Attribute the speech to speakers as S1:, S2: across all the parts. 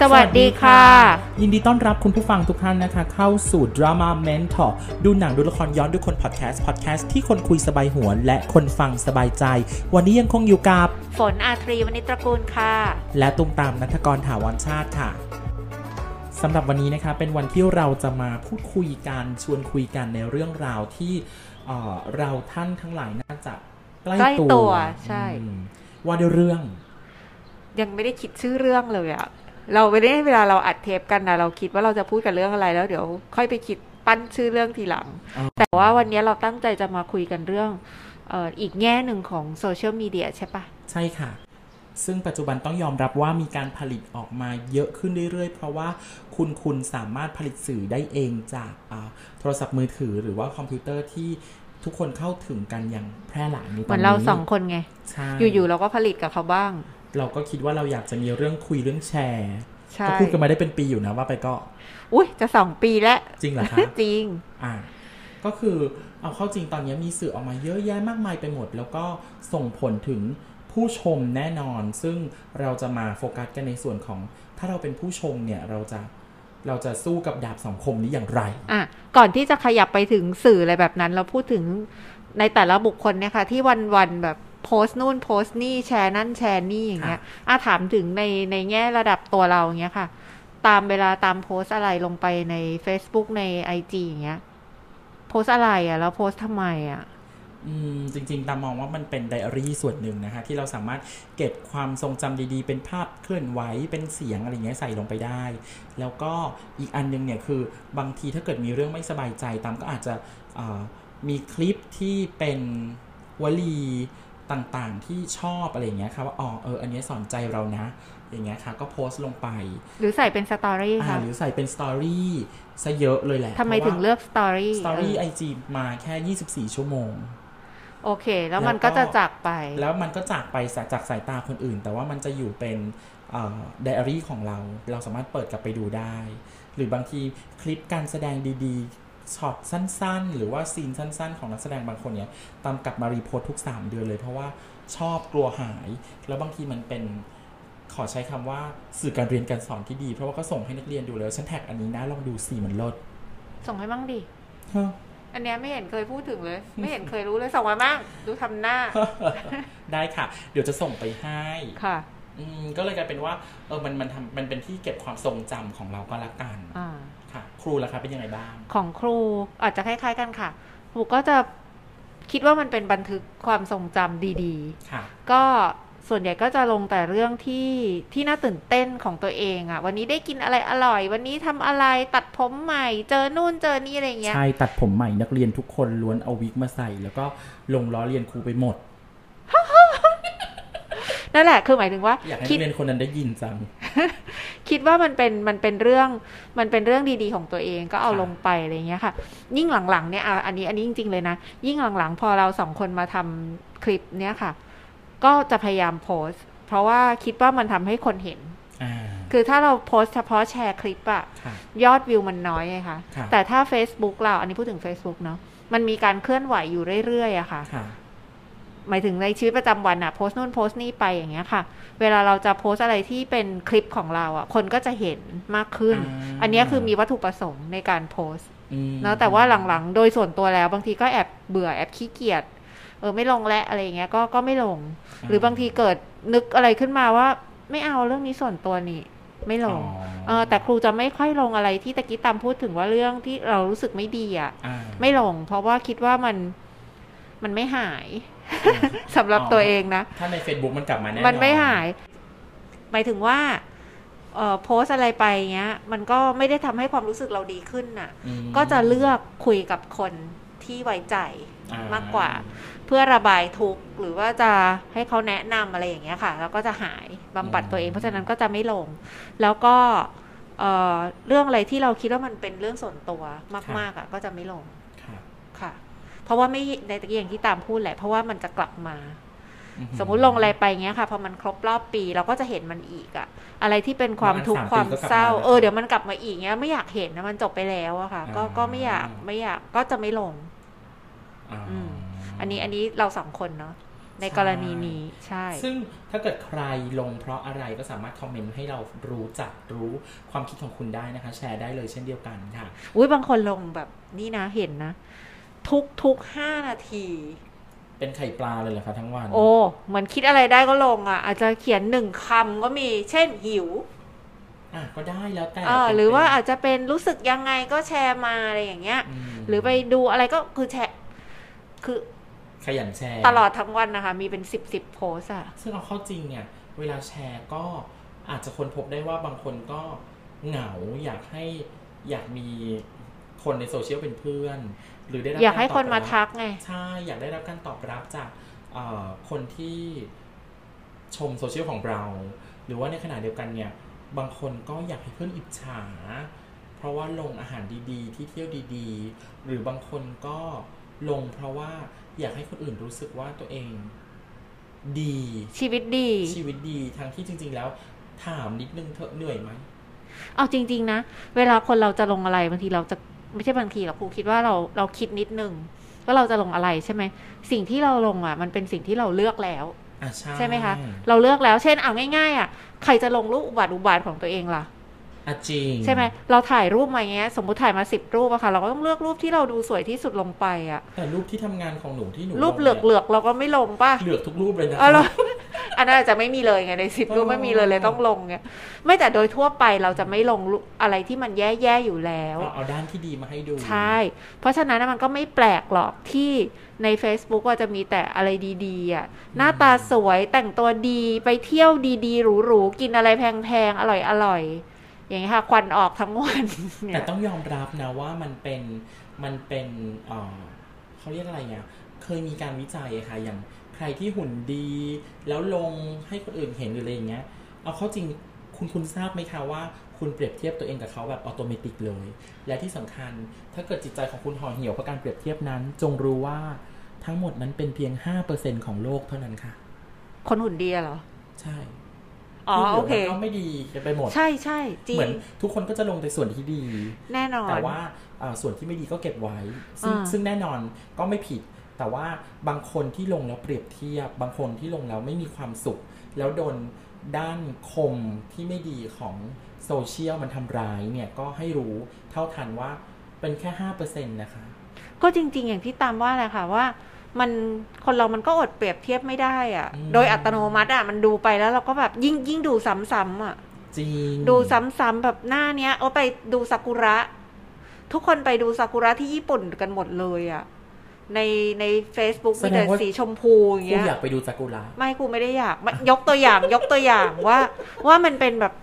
S1: สวัสดีค่ะ
S2: ยินดีต้อนรับคุณผู้ฟังทุกท่านนะคะ เข้าสู่ Drama Mentor ดูหนังดูละครย้อนดูคนพอดแคสต์พอดแคสต์ที่คนคุยสบายหัว และคนฟังสบายใจ วันนี้ยังคงอยู่กับ
S1: ฝนอาทรีวณิชตระกูลค่ะ
S2: และตุ้มตามนัทกรถาวรชาติค่ะสำหรับวันนี้นะคะเป็นวันที่เราจะมาพูดคุยกันชวนคุยกันในเรื่องราวที่เอ่อเราท่านทั้งหลายน่าจะใกล้
S1: ใกล้ตัวใช่
S2: อืมว่าด้วยเรื่อง
S1: ยังไม่ได้คิดชื่อเรื่องเลยอะเราไม่ได้เวลาเราอัดเทปกันนะเราคิดว่าเราจะพูดกันเรื่องอะไรแล้วเดี๋ยว ค่อยไปคิดปั้นชื่อเรื่องทีหลัง
S2: อ๋อ
S1: แต่ว่าวันนี้เราตั้งใจจะมาคุยกันเรื่องเอ่ออีกแง่หนึ่งของโซเชียลมีเดียใช่ปะ
S2: ใช่ค่ะ ซึ่งปัจจุบันต้องยอมรับว่ามีการผลิตออกมาเยอะขึ้นเรื่อยๆ เพราะว่าคุณคุณสามารถผลิตสื่อได้เองจากอ่าโทรศัพท์มือถือหรือว่าคอมพิวเตอร์ที่ทุกคนเข้าถึงกันอย่างแพร่หลายในตอนนี้
S1: เหมือนเราสองคนไง
S2: ใช่
S1: อยู่ๆเราก็ผลิตกับเขาบ้าง
S2: เราก็คิดว่าเราอยากจะมีเรื่องคุยเรื่องแชร์
S1: ใช่
S2: ก็พูดกันมาได้เป็นปีอยู่นะว่าไปก็
S1: อุ้ยจะสองปีแล้ว
S2: จริงเหรอคะ
S1: จริง
S2: อ่าก็คือเอาเข้าจริงตอนนี้มีสื่อออกมาเยอะแยะมากมายไปหมด แล้วก็ส่งผลถึงผู้ชมแน่นอน ซึ่งเราจะมาโฟกัสกันในส่วนของ ถ้าเราเป็นผู้ชมเนี่ยเราจะเราจะสู้กับดาบสังคมนี้อย่างไร
S1: อ่ะก่อนที่จะขยับไปถึงสื่ออะไรแบบนั้น เราพูดถึงในแต่ละบุคคลเนี่ยค่ะ ที่วันวันๆแบบโพสต์นู่นโพสต์นี่แชร์นั่นแชร์นี่อย่างเงี้ยอ่ะถามถึงในในแง่ระดับตัวเราอย่างเงี้ยค่ะ ตามเวลาตามโพสต์อะไรลงไปใน Facebook ใน IG อย่างเงี้ย โพสต์อะไรอ่ะ แล้วโพสต์ทำไมอ่ะ
S2: อืมจริงๆตามมองว่ามันเป็นไดอารี่ส่วนหนึ่งนะคะที่เราสามารถเก็บความทรงจำดีๆ เป็นภาพเคลื่อนไหวเป็นเสียงอะไรอย่างเงี้ยใส่ลงไปได้ แล้วก็อีกอันหนึงเนี่ยคือบางทีถ้าเกิดมีเรื่องไม่สบายใจตามก็อาจจะเอ่อมีคลิปที่เป็นวลีต่างๆที่ชอบอะไรอย่างเงี้ยค่ะว่าอ๋อเอออันเนี้ยสอนใจเรานะ อย่างเงี้ยค่ะก็โพสต์ลงไป
S1: หรือใส่เป็นสตอรี่
S2: อ่า
S1: ค่ะ
S2: หรือใส่เป็นสตอรี่ซะเยอะเลยแหละ
S1: ทำไมถึงเลือกสตอรี่
S2: สตอรี่
S1: เอ
S2: ไอ
S1: อ
S2: จีมาแค่ 24 ชั่วโมง
S1: โอเค แล้ว
S2: แล้ว
S1: มันก็
S2: ก็
S1: จะจากไป
S2: แล้วมันก็จากไปสะจากสายตาคนอื่น แต่ว่ามันจะอยู่เป็นไดอารี่อ diary ของเรา เราสามารถเปิดกลับไปดูได้ หรือบางทีคลิปการแสดงดีๆช็อตสั้นๆ หรือว่าซีนสั้นๆ ของนักแสดงบางคนเนี่ยตามกลับมารีโพสต์ทุก 3 เดือนเลย เพราะว่าชอบกลัวหาย แล้วบางทีมันเป็นขอใช้คำว่าสื่อการเรียนการสอนที่ดี เพราะว่าก็ส่งให้นักเรียนดูแล้วฉันแท็กอันนี้นะลองดูสีมันลด
S1: ส่งให้บ้างดิ
S2: ฮะ
S1: อันเนี้ยไม่เห็นเคยพูดถึงเลย ไม่เห็นเคยรู้เลยส่งมาบ้างดูทำหน้า
S2: ได้ค่ะ เดี๋ยวจะส่งไปให้
S1: ค่ะ
S2: อืมก็เลยกลายเป็นว่าเออมันมันทำมันเป็นที่เก็บความทรงจำของเราก็แล้วกัน
S1: อ่า
S2: ค่ะ ครูล่ะครับเป็นยังไงบ้าง
S1: ของครูอาจจะคล้ายๆกันค่ะ ครูก็จะคิดว่ามันเป็นบันทึกความทรงจำดี
S2: ค่ะ
S1: ๆ ก็ส่วนใหญ่ก็จะลงแต่เรื่องที่ที่น่าตื่นเต้นของตัวเองอะ่ะ วันนี้ได้กินอะไรอร่อย วันนี้ทำอะไรตัดผมใหม่ เจอนู่นเจอนี่อะไรเงี้ย
S2: ใช่ตัดผมใหม่นักเรียนทุกคนล้วนเอาวิกมาใส่ แล้วก็ลงล้อเรียนครูไปหมด
S1: นั่นแหละคือหมายถึงว่า
S2: อยากให้
S1: คิด
S2: นักเรียนคนนั้นได้ยินจัง
S1: คิดว่ามันเป็นมันเป็นเรื่องมันเป็นเรื่องดีๆของตัวเองก็เอา
S2: ค่ะ
S1: ลงไปอะไรเงี้ยค่ะ ยิ่งหลังๆเนี่ยอ่ะอันนี้อันนี้จริง ๆ เลยนะ ยิ่งหลังๆ พอเราสองคนมาทำคลิปเนี้ยค่ะ ก็จะพยายามโพสต์ เพราะว่าคิดว่ามันทำให้คนเห็น
S2: อ่า
S1: คือถ้าเราโพสต์เฉพาะแชร์คลิปอะ
S2: ค่ะ
S1: ยอดวิวมันน้อยไงคะ
S2: ค่ะ
S1: แต่ถ้า Facebook เราอันนี้พูดถึง Facebook เนาะมันมีการเคลื่อนไหวอยู่เรื่อยๆอะค่ะ
S2: ค่ะ
S1: หมายถึงในชีวิตประจำวันอะโพสต์นู่นโพสต์นี่ไปอย่างเงี้ยค่ะ เวลาเราจะโพสต์อะไรที่เป็นคลิปของเราอะคนก็จะเห็นมากขึ้น
S2: อ่า
S1: อันเนี้ยคือมีวัตถุประสงค์ในการโพสต์
S2: อืม
S1: เนาะแต่ว่าหลังๆ โดยส่วนตัวแล้วบางทีก็แอบเบื่อแอบขี้เกียจเออไม่ลงและอะไรอย่างเงี้ยก็ก็ไม่ลง หรือบางทีเกิดนึกอะไรขึ้นมาว่า ไม่เอาเรื่องนี้ส่วนตัวนี่ ไม่ล
S2: อ๋อง
S1: เออแต่ครูจะไม่ค่อยลงอะไรที่ตะกี้ตามพูดถึงว่าเรื่องที่เรารู้สึกไม่ดีอะ่ะ
S2: อ่า
S1: ไม่ลง เพราะว่าคิดว่ามันมันไม่หาย
S2: อืม
S1: สำหรับตัวเองนะ
S2: ถ้าใน Facebook มันกลับมาแน่นอน
S1: มันไม่หาย หมายถึงว่าเออโพสต์อะไรไปเงี้ย มันก็ไม่ได้ทำให้ความรู้สึกเราดีขึ้นน่ะ
S2: อืม
S1: ก็จะเลือกคุยกับคนที่ไว้ใจ
S2: อ่
S1: มากกว่า เพื่อระบายทุกข์หรือว่าจะให้เขาแนะนำอะไรอย่างเงี้ยค่ะ แล้วก็จะหายบำบัดตัวเอง เพราะฉะนั้นก็จะไม่ลง แล้วก็เอ่อเรื่องอะไรที่เราคิดว่ามันเป็นเรื่องส่วนตัวมากๆอ่ะก็จะไม่ลง
S2: ค่ะ
S1: ค่ะ เพราะว่าไม่ในตะกี้อย่างที่ตามพูดแหละ เพราะว่ามันจะกลับมา
S2: อื
S1: สมมุติลงอะไรไปเงี้ยค่ะพอมันครบรอบปีเราก็จะเห็นมันอีกอะอะไรที่เป็นความทุกข์ความเศร้า เออเดี๋ยวมันกลับมาอีกเงี้ยไม่อยากเห็นนะมันจบไปแล้วอะค่ะ ก็ก็ไม่อยากไม่อยากก็จะไม่ลง
S2: อ่า
S1: อืม อันนี้อันนี้เราสองคนเนาะ ในกรณีนี้ใช่
S2: ซึ่งถ้าเกิดใครลงเพราะอะไรก็สามารถคอมเมนต์ให้เรารู้จักรู้ความคิดของคุณได้นะคะ แชร์ได้เลยเช่นเดียวกันค่ะ
S1: อุ้ยบางคนลงแบบนี่นะเห็นนะ ทุกทุกห้านาที
S2: เป็นไข่ปลาเลยเหรอคะทั้งวัน
S1: โอ้เหมือนคิดอะไรได้ก็ลงอ่ะ อาจจะเขียนหนึ่งคำก็มี เช่นหิว
S2: อ่ะก็ได้แล้วแต่
S1: เออหรือว่าอาจจะเป็นรู้สึกยังไงก็แชร์มาอะไรอย่างเงี้ย
S2: ม
S1: หรือไปดูอะไรก็คือแชร์คือ
S2: ขยันแชร์
S1: ตลอดทั้งวันนะคะ มีเป็นสิบสิบโพสอะ
S2: ซึ่งเอาเข้าจริงเนี่ย เวลาแชร์ก็อาจจะคนพบได้ว่าบางคนก็เหงาอยากให้อยากมีคนในโซเชียลเป็นเพื่อน หรือได้รับ
S1: อยากให้
S2: รตบ
S1: คนมา
S2: รับ
S1: ทักไง
S2: ใช่ อยากได้รับการตอบรับจากเอ่อคนที่ชมโซเชียลของเรา หรือว่าในขณะเดียวกันเนี่ย บางคนก็อยากให้เพื่อนอิจฉา เพราะว่าลงอาหารดีๆ ที่เที่ยวดีๆ หรือบางคนก็ลงเพราะว่าอยากให้คนอื่นรู้สึกว่าตัวเองดี
S1: ชีวิตดี
S2: ชีวิตดีทั้งที่จริง ๆ แล้ว ถามนิดนึงเธอะเหนื่อยไหม
S1: เอาจริง ๆ นะ เวลาคนเราจะลงอะไรบางทีเราจะไม่ใช่บางทีหรอกครูคิดว่าเราเราคิดนิดนึงว่าเราจะลงอะไรใช่ไหมสิ่งที่เราลงอ่ะ มันเป็นสิ่งที่เราเลือกแล้ว
S2: อ่ะใช่
S1: ใช่ไหมคะ เราเลือกแล้วเช่นเอาง่ายๆอ่ะใครจะลงรูปอุบัติอุบาทของตัวเองล่ะ
S2: อ่ะจริง
S1: ใช่ไหมเราถ่ายรูปมาอย่างเงี้ยสมมติถ่ายมาสิบรูปอะค่ะเราก็ต้องเลือกรูปที่เราดูสวยที่สุดลงไปอะ
S2: แต่รูปที่ทำงานของหนูที่หนู
S1: รูปเหลือกเหลือกๆเราก็ไม่ลงป่ะ
S2: เหลือกทุกรูปเลยนะ
S1: เออ
S2: คะ
S1: เรา อันนั้นอาจจะไม่มีเลยไงในสิบรูปไม่มีเลยเลยต้องลงไงไม่แต่โดยทั่วไปเราจะไม่ลงรูปอะไรที่มันแย่ๆอยู่แล้ว
S2: เอาเอาด้านที่ดีมาให้ดู
S1: ใช่ เพราะฉะนั้นนะมันก็ไม่แปลกหรอกที่ใน Facebook ว่าจะมีแต่อะไรดี ๆอ่ะ หน้าตาสวยแต่งตัวดีไปเที่ยวดีๆหรูๆกินอะไรแพงๆ อร่อยๆ อย่างนี้ยค่ะ ควันออกทั้งวันเนี่
S2: แต่
S1: ย
S2: ต้องยอมรับนะว่ามันเป็นมันเป็นเอ่อเขาเรียกอะไรอ่ะเคยมีการวิจัยอะค่ะอย่างใครที่หุ่นดี แล้วลงให้คนอื่นเห็นหรืออะไรอย่างเงี้ย เอาเข้าจริงคุณคุณทราบไหมคะว่าคุณเปรียบเทียบตัวเองกับเขาแบบอัตโนมัติเลย และที่สำคัญถ้าเกิดจิตใจของคุณห่อเหี่ยวเพราะการเปรียบเทียบนั้น จงรู้ว่าทั้งหมดนั้นเป็นเพียง 5%ของโลกเท่านั้นค่ะ
S1: คนหุ่นดีอะเหรอ
S2: ใช่
S1: อ๋อ
S2: ที่หลื
S1: โอเค
S2: มันก็ไม่ดีกันไปหมด
S1: ใช่ใช่จริ
S2: เหมื
S1: ง
S2: อนทุกคนก็จะลงแต่ส่วนที่ดี
S1: แน่นอน
S2: แต่ว่าเอ่อส่วนที่ไม่ดีก็เก็บไว้ ซึ่ง
S1: อ่า
S2: ซึ่งแน่นอนก็ไม่ผิด แต่ว่าบางคนที่ลงแล้วเปรียบเทียบ บางคนที่ลงแล้วไม่มีความสุข แล้วโดนด้านคมที่ไม่ดีของโซเชียลมันทำร้ายเนี่ยก็ให้รู้เท่าทันว่าเป็นแค่ห้าเปอร์เซ็นต์นะคะ
S1: ก็จริง ๆ อย่างที่ตามว่าแหละค่ะว่า มันคนเรามันก็อดเปรียบเทียบไม่ได้อ่ะ
S2: อืม
S1: โดยอัตโนมัติอ่ะมันดูไปแล้วเราก็แบบยิ่งยิ่งดูซ้ำๆอ่ะ
S2: จริง
S1: ดูซ้ำๆแบบหน้าเนี้ยเอาไปดูซากุระ ทุกคนไปดูซากุระที่ญี่ปุ่นกันหมดเลยอะในใน Facebook มีแต่สีชมพูอย่าง
S2: กู
S1: เงี้ย
S2: อยากไปดูซากุระ
S1: ไม่กูไม่ได้อยากไม่ยกตัวอย่าง ยกตัวอย่างว่า ว่ามันเป็นแบบ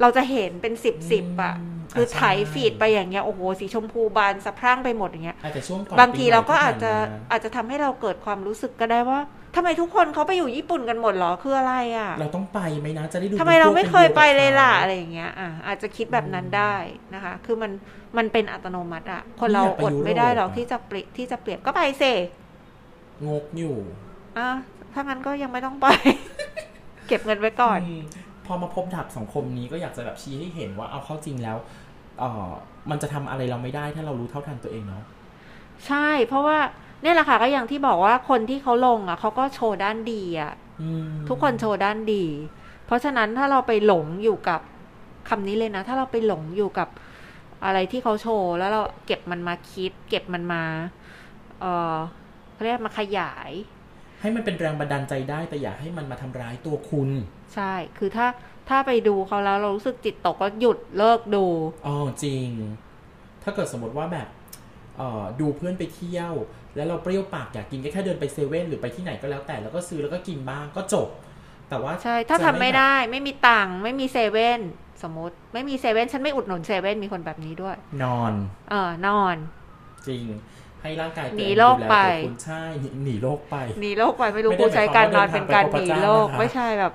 S1: เราจะเห็นเป็นสิบสิบอะ
S2: อืม
S1: คือ
S2: ใช่
S1: ไถ่ายฟีดไปอย่างเงี้ยโอ้โหสีชมพูบานสะพรั่งไปหมดอย่างเงี้ย
S2: อาจจะช่วงก่อน
S1: บางทีเราก็อาจจะ
S2: ปีใหม่ที่ผ่นม
S1: อาจจะทำให้เราเกิดความรู้สึกก็ได้ว่าทำไมทุกคนเขาไปอยู่ญี่ปุ่นกันหมดเหรอคืออะไรอะ
S2: าเราต้องไปไหมนะจะได้ดู
S1: ทำไมเราไม่เคยไปเลยล่ะ
S2: ป็นพวก
S1: อะ
S2: ป็นพวกกับขา
S1: ไรอย่างเงี้ยอ่ะอาจจะคิดแบบนั้นได้นะคะ คือมันมันเป็นอัตโนมัติอะคนเรา
S2: อยากไป
S1: อด
S2: ยุโรป
S1: ไม่ได้หรอก
S2: อะ
S1: ที่จะเปรียบที่จะเปรียบก็ไปเซ
S2: งกอยู่
S1: อ่ะถ้างั้นก็ยังไม่ต้องไป เก็บเงินไว้ก่อน
S2: มพอมาพบดับสังคมนี้ก็อยากจะแบบชี้ให้เห็นว่าเอาเข้าจริงแล้วเออมันจะทำอะไรเราไม่ได้ถ้าเรารู้เท่าทันตัวเองเนาะ
S1: ใช่ เพราะว่าเนี่ยแหละค่ะก็อย่างที่บอกว่าคนที่เขาลงอะเขาก็โชว์ด้านดีอะ
S2: อืม
S1: ทุกคนโชว์ด้านดี เพราะฉะนั้นถ้าเราไปหลงอยู่กับคำนี้เลยนะ ถ้าเราไปหลงอยู่กับอะไรที่เขาโชว์แล้วเราเก็บมันมาคิด เก็บมันมา เออเขาเรียกมาขยาย
S2: ให้มันเป็นแรงบันดาลใจได้แต่อย่าให้มันมาทำร้ายตัวคุณ
S1: ใช่ คือถ้าถ้าไปดูเขาแล้วเรารู้สึกจิตตกก็หยุดเลิกดู
S2: อ๋อจริง ถ้าเกิดสมมติว่าแบบเออดูเพื่อนไปเที่ยว แล้วเราเปรี้ยวปากอยากกินก็แค่เดินไปเซเว่นหรือไปที่ไหนก็แล้วแต่แล้วก็ซื้อแล้วก็กินบ้างก็จบ แต่ว่า
S1: ใช่ ถ้า
S2: จะ
S1: ทำไม่ได้ ไม่มีตังค์ ไม่มีเซเว่น สมมติ ไม่มีเซเว่น ฉันไม่อุดหนุนเซเว่น มีคนแบบนี้ด้วย
S2: นอน
S1: เออ นอน
S2: จริง ให้ร่างกายตัว
S1: หนี
S2: เอง
S1: โรค
S2: ดูแล
S1: ไป
S2: ตัวคุณใช่หนีหนีโรคไป
S1: หนีโรคไปไม่รู้
S2: ไม่ได้
S1: กูใช้การน
S2: ห
S1: อ
S2: มาย
S1: น
S2: ความว่า
S1: เป็นการหนีโรค
S2: เดินทางไป
S1: ไม่ใช่แบบ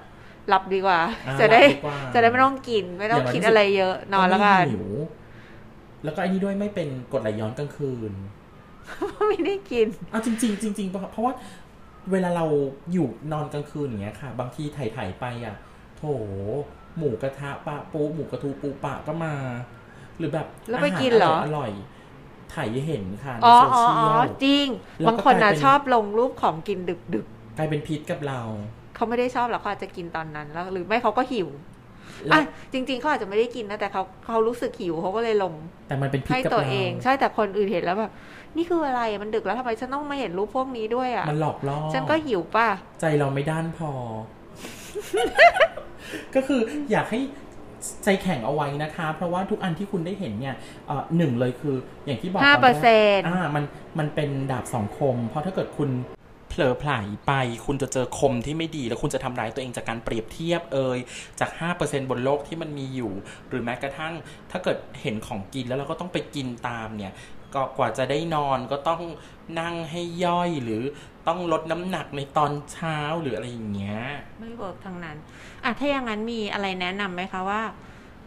S1: หลับดีกว่า
S2: อ่า
S1: จะได้
S2: หลับดีกว่า
S1: จะได้ไม่ต้องกิน ไม่ต้อง
S2: อย่างน้อย
S1: คิด
S2: ที่สุด
S1: อะไรเยอะ นอนแล้วกัน
S2: ไม่หิวแล้วก็ไอ้นี่ด้วยไม่เป็นกรดไหลย้อนกลางคืน
S1: ไม่ได้กิน
S2: เอาจริง ๆ จริงๆเพราะเพราะว่าเวลาเราอยู่นอนกลางคืนอย่างเงี้ยค่ะ บางทีถ่ายๆไปอ่ะ โถ หมูกระทะปะปูหมูกระทูปูปะก็มา หรือแบบ
S1: แล้วไปกินเหรอ
S2: าาอร่อยๆถ่ายให้เห็นค่ะใน
S1: อ๋อ
S2: โซ
S1: อ๋อ
S2: เชีย
S1: อ๋อ
S2: ล
S1: จริง
S2: แล้วก็
S1: บางคน
S2: กลา
S1: นะ
S2: ยเป็น
S1: ชอบลงรูปของกินดึกดึก
S2: กลายเป็นพิษกับเรา
S1: เขาไม่ได้ชอบหรอกเขาอาจจะกินตอนนั้นแล้ว หรือไม่เขาก็หิว
S2: แล้ว
S1: อ่ะจริง ๆเขาอาจจะไม่ได้กินนะแต่เขาเขารู้สึกหิวเขาก็เลยลง
S2: แต่มันเป็นพิษ
S1: ให้
S2: กับ
S1: ตัว
S2: เรา
S1: เอง ใช่แต่คนอื่นเห็นแล้วแบบนี่คืออะไรมันดึกแล้วทำไมฉันต้องมาเห็นรูปพวกนี้ด้วยอ่ะ
S2: มันหลอกล่อ
S1: ฉันก็หิวป่ะ
S2: ใจเราไม่ด้านพอ ก็คืออยากให้ใจแข็งเอาไว้นะคะ เพราะว่าทุกอันที่คุณได้เห็นเนี่ยเอ่อหนึ่งเลยคืออย่างที่บอกต
S1: ห้าเปอร์
S2: แร
S1: เซ็น
S2: ก
S1: ต์
S2: อ่ามันมันเป็นดาบสองคม เพราะถ้าเกิดคุณเผลอไผลไป คุณจะเจอคมที่ไม่ดี แล้วคุณจะทำร้ายตัวเองจากการเปรียบเทียบเอ่ยจาก 5%บนโลกที่มันมีอยู่ หรือแม้กระทั่ง ถ้าเกิดเห็นของกินแล้วเราก็ต้องไปกินตามเนี่ย ก็กว่าจะได้นอนก็ต้องนั่งให้ย่อยหรือต้องลดน้ำหนักในตอนเช้าหรืออะไรอย่างเงี้ย
S1: ไม่เวิร์กทางนั้นอ่ะถ้าอย่างนั้นมีอะไรแนะนำไหมคะว่า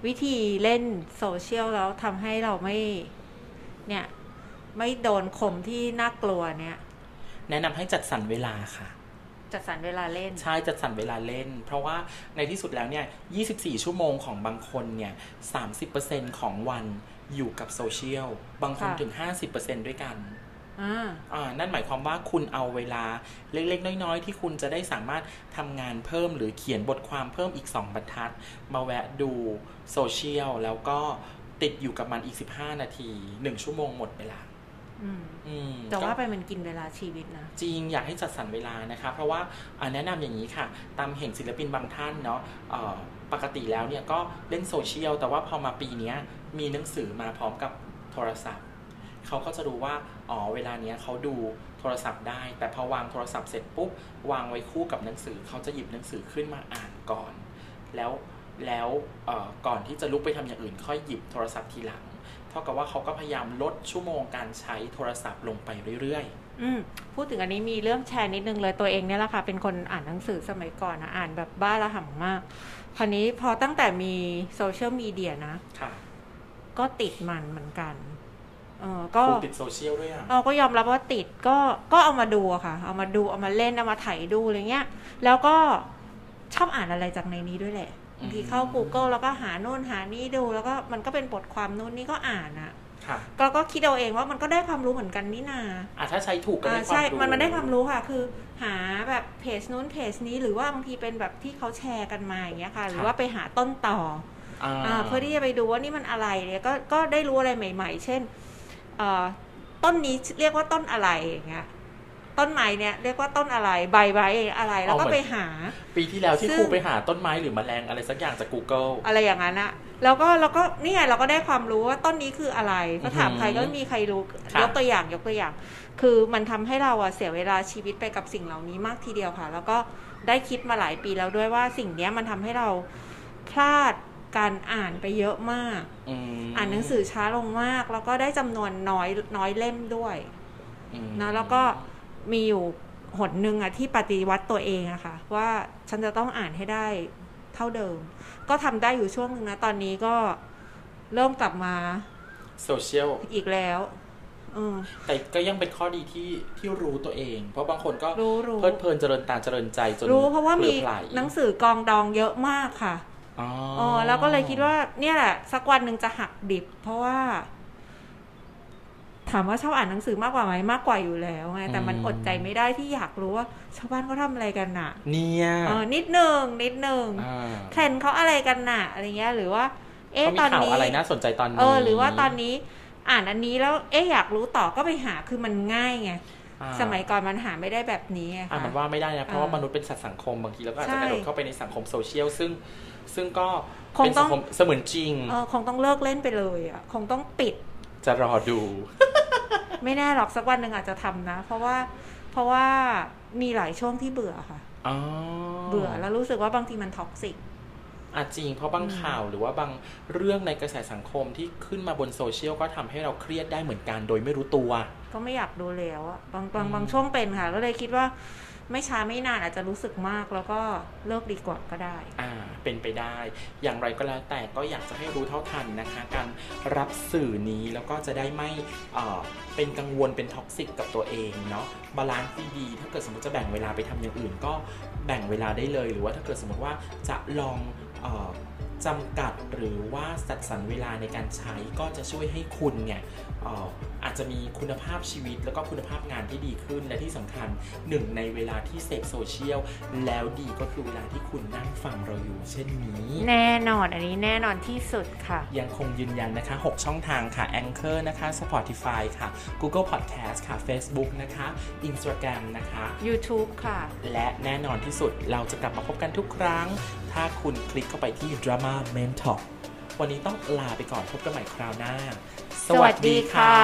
S1: วิธีเล่นโซเชียลแล้วทำให้เราไม่ เนี่ย ไม่โดนข่มที่น่ากลัวเนี่ย
S2: แนะนำให้จัดสรรเวลาค่ะ
S1: จัดสรรเวลาเล่น
S2: ใช่จัดสรรเวลาเล่น เพราะว่าในที่สุดแล้วเนี่ย 24 ชั่วโมงของบางคนเนี่ย 30%ของวันอยู่กับโซเชียล บางคน
S1: ค่ะ
S2: ถึง 50%ด้วยกัน
S1: อ่า
S2: อ่านั่นหมายความว่าคุณเอาเวลาเล็กๆ น้อยๆ ที่คุณจะได้สามารถทำงานเพิ่มหรือเขียนบทความเพิ่มอีก 2 บรรทัด มาแวะดูโซเชียล แล้วก็ติดอยู่กับมันอีก 15 นาที 1 ชั่วโมงหมดไปละ
S1: อืม
S2: อืม
S1: แต่ว่า
S2: ก็
S1: ไปมันกินเวลาชีวิตนะ
S2: จริงอยากให้จัดสรรเวลานะคะ เพราะว่าอ่าแนะนำอย่างนี้ค่ะ ตามเห็นศิลปินบางท่านเนาะเอ่อปกติแล้วเนี่ยก็เล่นโซเชียล แต่ว่าพอมาปีเนี้ยมีหนังสือมาพร้อมกับโทรศัพท์ เขาก็จะรู้ว่า อ๋อ เวลาเนี้ยเขาดูโทรศัพท์ได้ แต่พอวางโทรศัพท์เสร็จปุ๊บ วางไว้คู่กับหนังสือ เขาจะหยิบหนังสือขึ้นมาอ่านก่อน แล้วแล้วเอ่อก่อนที่จะลุกไปทำอย่างอื่น ค่อยหยิบโทรศัพท์ทีหลัง เท่ากับว่าเขาก็พยายามลดชั่วโมงการใช้โทรศัพท์ลงไปเรื่อยๆ
S1: อืม พูดถึงอันนี้มีเรื่องแชร์นิดนึงเลยตัวเองเนี่ยแหละค่ะ เป็นคนอ่านหนังสือสมัยก่อนนะอ่านแบบบ้าระห่ำมาก คราวนี้พอตั้งแต่มีโซเชียลมีเดียนะ
S2: ค่ะ
S1: ก็ติดมันเหมือนกัน เออก็
S2: คุณติดโซเชียลด้วยอ่ะ
S1: เราก็ยอมรับว่าติดก็ก็เอามาดูอะค่ะ เอามาดูเอามาเล่น เอามาไถ่ายดูอะไรเงี้ย แล้วก็ชอบอ่านอะไรจากในนี้ด้วยแหละบางทีเข้า Google แล้วก็หาโน่นหานี่ดู แล้วก็มันก็เป็นบทความโน่นนี่ก็อ่านอะ
S2: ค่ะ
S1: เราก็คิดเอาเองว่ามันก็ได้ความรู้เหมือนกันนี่นา
S2: อ่ะถ้าใช้ถูกก็ได้
S1: อ่า
S2: ความ
S1: ใช่
S2: รู้
S1: มันมันได้ความรู้ค่ะ คือหาแบบเพจนู้นเพจนี้ หรือว่าบางทีเป็นแบบที่เขาแชร์กันมาอย่างเงี้ยค่ะ หรือว่าไปหาต้นต่อ
S2: อ่า
S1: อาเพื่อที่จะไปดูว่านี่มันอะไรเนี่ยก็ก็ได้รู้อะไรใหม่ ๆ เช่นเอ่อต้นนี้เรียกว่าต้นอะไรอย่างเงี้ย ต้นไม้เนี่ยเรียกว่าต้นอะไร ใบไม้อะไร แล้วก็ไปหา
S2: ปีที่แล้วที่
S1: ซึ่ง
S2: ครูไปหาต้นไม้หรือแมลงอะไรสักอย่างจาก Google
S1: อะไรอย่างนั้นอะแล้วก็เราก็นี่ไงเราก็ได้ความรู้ว่าต้นนี้คืออะไรก็ถามใครก็ไม่มีใครรู้
S2: ค่ะ
S1: ยกตัวอย่างยกตัวอย่าง คือมันทำให้เราอะเสียเวลาชีวิตไปกับสิ่งเหล่านี้มากทีเดียวค่ะ แล้วก็ได้คิดมาหลายปีแล้วด้วยว่าสิ่งเนี้ยมันทำให้เราพลาดการอ่านไปเยอะมาก
S2: อืม
S1: อ่านหนังสือช้าลงมาก แล้วก็ได้จำนวนน้อยน้อยเล่มด้วย
S2: ม
S1: นะแล้วก็มีอยู่หนหนึ่งอะที่ปฏิวัติตัวเองอะค่ะ ว่าฉันจะต้องอ่านให้ได้เท่าเดิม ก็ทำได้อยู่ช่วงหนึ่งนะตอนนี้ก็เริ่มกลับมา
S2: โซเชียล
S1: อีกแล้วเออ
S2: แต่ก็ยังเป็นข้อดีที่ที่รู้ตัวเอง เพราะบางคนก็
S1: รู้รู้
S2: เพลิดเพลินเจริญตาเจริญใจจน
S1: รู้เพราะว่ามี
S2: ผลอไผล
S1: หนังสือกองดองเยอะมากค่ะ
S2: อ๋อ
S1: เออแล้วก็เลยคิดว่าเนี่ยแหละสักวันหนึ่งจะหักดิบ เพราะว่า ถามว่าชอบอ่านหนังสือมากกว่าไหมมากกว่าอยู่แล้วไงแต่มันอดใจไม่ได้ที่อยากรู้ว่าชาวบ้านเขาทำอะไรกันน่ะ
S2: เนี่ย
S1: เออนิดหนึ่งนิดหนึ่ง
S2: อ่า
S1: เทรนด์เขาอะไรกันน่ะอะไรเงี้ยหรือว่า เอ๊ะต
S2: เขามี
S1: อน
S2: ข่าว
S1: นี้
S2: อะไรน่าสนใจตอนนี้
S1: เออ หรือว่าตอนนี้อ่านอันนี้แล้วเอ๊ะอยากรู้ต่อก็ไปหาคือมันง่ายไง
S2: อ่า
S1: สมัยก่อนมันหาไม่ได้แบบนี้ไง
S2: อ่ะ
S1: ค่ะ
S2: มันว่าไม่ได้นะ เพราะว่า
S1: อ่าม
S2: นุษย์เป็นสัตว์สังคมบางทีเราก็อาจ
S1: ใช่
S2: จะกระโดดเข้าไปในสังคมโซเชียล ซึ่งซึ่งก็
S1: คง
S2: เป็น
S1: ต้
S2: สั
S1: อง
S2: งคมเสมือนจริง
S1: เออคงต้องเลิกเล่นไปเลยอ่ะคงต้องปิด
S2: จะรอดู
S1: ไม่แน่หรอกสักวันหนึ่งอาจจะทำนะ เพราะว่าเพราะว่ามีหลายช่วงที่เบื่อค่ะ
S2: อ๋อ
S1: เบื่อแล้วรู้สึกว่าบางทีมันท็อกซิก
S2: อ่ะจริง เพราะบาง
S1: อืม
S2: ข่าวหรือว่าบางเรื่องในกระแสสังคมที่ขึ้นมาบนโซเชียลก็ทำให้เราเครียดได้เหมือนกันโดยไม่รู้ตัว
S1: ก็ไม่อยากดูแล้วอะบางบาง
S2: อืม
S1: บางช่วงเป็นค่ะ ก็เลยคิดว่า ไม่ช้าไม่นานอาจจะรู้สึกมากแล้วก็เลิกดีกว่าก็ได้
S2: อ่า เป็นไปได้ อย่างไรก็แล้วแต่ก็อยากจะให้รู้เท่าทันนะคะ การรับสื่อนี้แล้วก็จะได้ไม่เอ่อเป็นกังวลเป็นท็อกซิกกับตัวเองเนาะ บาลานซ์ที่ดีถ้าเกิดสมมติจะแบ่งเวลาไปทำอย่างอื่น ก็แบ่งเวลาได้เลย หรือว่าถ้าเกิดสมมติว่าจะลองเออจำกัดหรือว่าสัดสรรเวลาในการใช้ก็จะช่วยให้คุณเนี่ยเออ อาจจะมีคุณภาพชีวิต แล้วก็คุณภาพงานที่ดีขึ้นและที่สำคัญหนึ่งในเวลาที่เสพโซเชียลแล้วดีก็คือเวลาที่คุณนั่งฟังเราอยู่เช่นนี้
S1: แน่นอนอันนี้แน่นอนที่สุดค่ะ
S2: ยังคงยืนยันนะคะ 6 ช่องทางค่ะ Anchor นะคะ Spotify ค่ะ Google Podcast ค่ะ Facebook นะคะ Instagram นะคะ
S1: YouTube ค่ะ
S2: และแน่นอนที่สุดเราจะกลับมาพบกันทุกครั้ง ถ้าคุณคลิกเข้าไปที่ Drama Mentor วันนี้ต้องลาไปก่อนพบกันใหม่คราวหน้า
S1: สวัสดีค่ะ